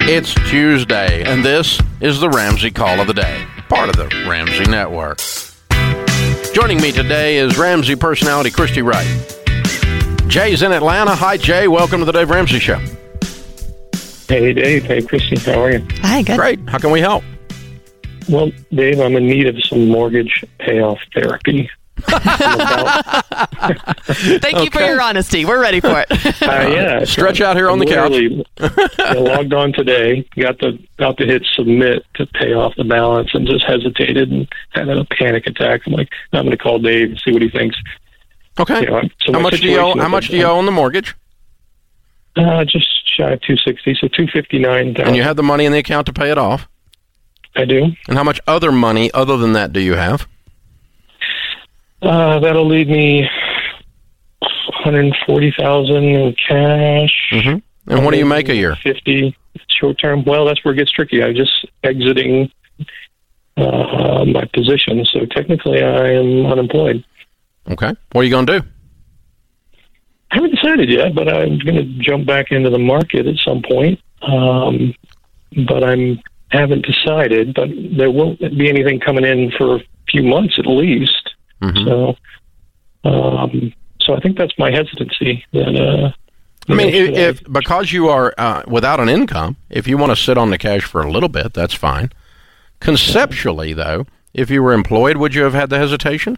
It's Tuesday, and this is the Ramsey Call of the Day, part of the Ramsey Network. Joining me today is Ramsey personality Christy Wright. Jay's in Atlanta. Hi, Jay. Welcome to the Dave Ramsey Show. Hey, Dave. Hey, Christy. How are you? Hi, good. Great. How can we help? Well, Dave, I'm in need of some mortgage payoff therapy. I'm about, uh, Thank you for your honesty. We're ready for it. uh, yeah, Stretch out here on the couch. literally- I logged on today, got the about to hit submit to pay off the balance, and just hesitated and had a panic attack. I'm like, I'm going to call Dave and see what he thinks. Okay. You know, so How my much do you owe? situation How is much that do you owe on the mortgage? I'm, Uh, just shy of two sixty, so two fifty nine. And you have the money in the account to pay it off. I do. And how much other money other than that do you have? Uh, that'll leave me. 140,000 in cash. Mm-hmm. And what do you make a year? 50 short term. Well, that's where it gets tricky. I'm just exiting uh, my position, so technically I am unemployed. Okay. What are you going to do? I haven't decided yet, but I'm going to jump back into the market at some point. Um, but I'm haven't decided. But there won't be anything coming in for a few months at least. Mhm. So, um, so I think that's my hesitancy. That uh, I mean, you know, if, if because you are uh, without an income, if you want to sit on the cash for a little bit, that's fine. Conceptually, though, if you were employed, would you have had the hesitation?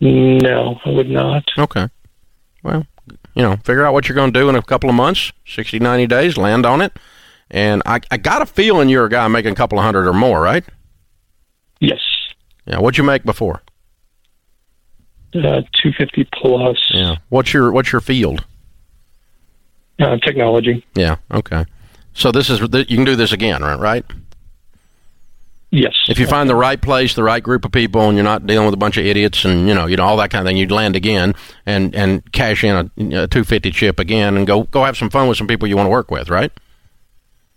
no, I would not. Okay. Well, you know, figure out what you're going to do in a couple of months, 60, 90 days, land on it. And I, I got a feeling you're a guy making a couple of hundred or more, right? Yes. Yeah. What'd you make before? Uh, 250 plus What's your What's your field? uh, technology. Yeah. Okay. So this is you can do this again, right? Right. Yes. If you find the right place, the right group of people, and you're not dealing with a bunch of idiots and you know you know all that kind of thing, you'd land again and and cash in a, a 250 chip again and go go have some fun with some people you want to work with, right?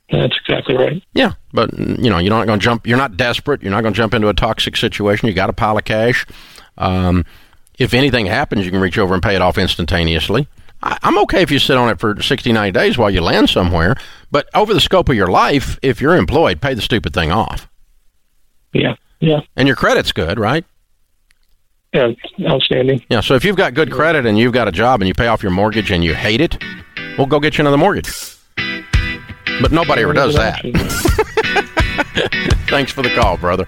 That's exactly right. Yeah, but mm, you know you're not going to jump. You're not desperate. You're not going to jump into a toxic situation. You got a pile of cash. Um, if anything happens, you can reach over and pay it off instantaneously. I, I'm okay if you sit on it for 69 days while you land somewhere, but over the scope of your life, if you're employed, pay the stupid thing off. Yeah. Yeah. And your credit's good, right? Yeah. Outstanding. Yeah, so if you've got good credit and you've got a job and you pay off your mortgage and you hate it, well, go get you another mortgage. But nobody ever does Good that. option. Thanks for the call, brother.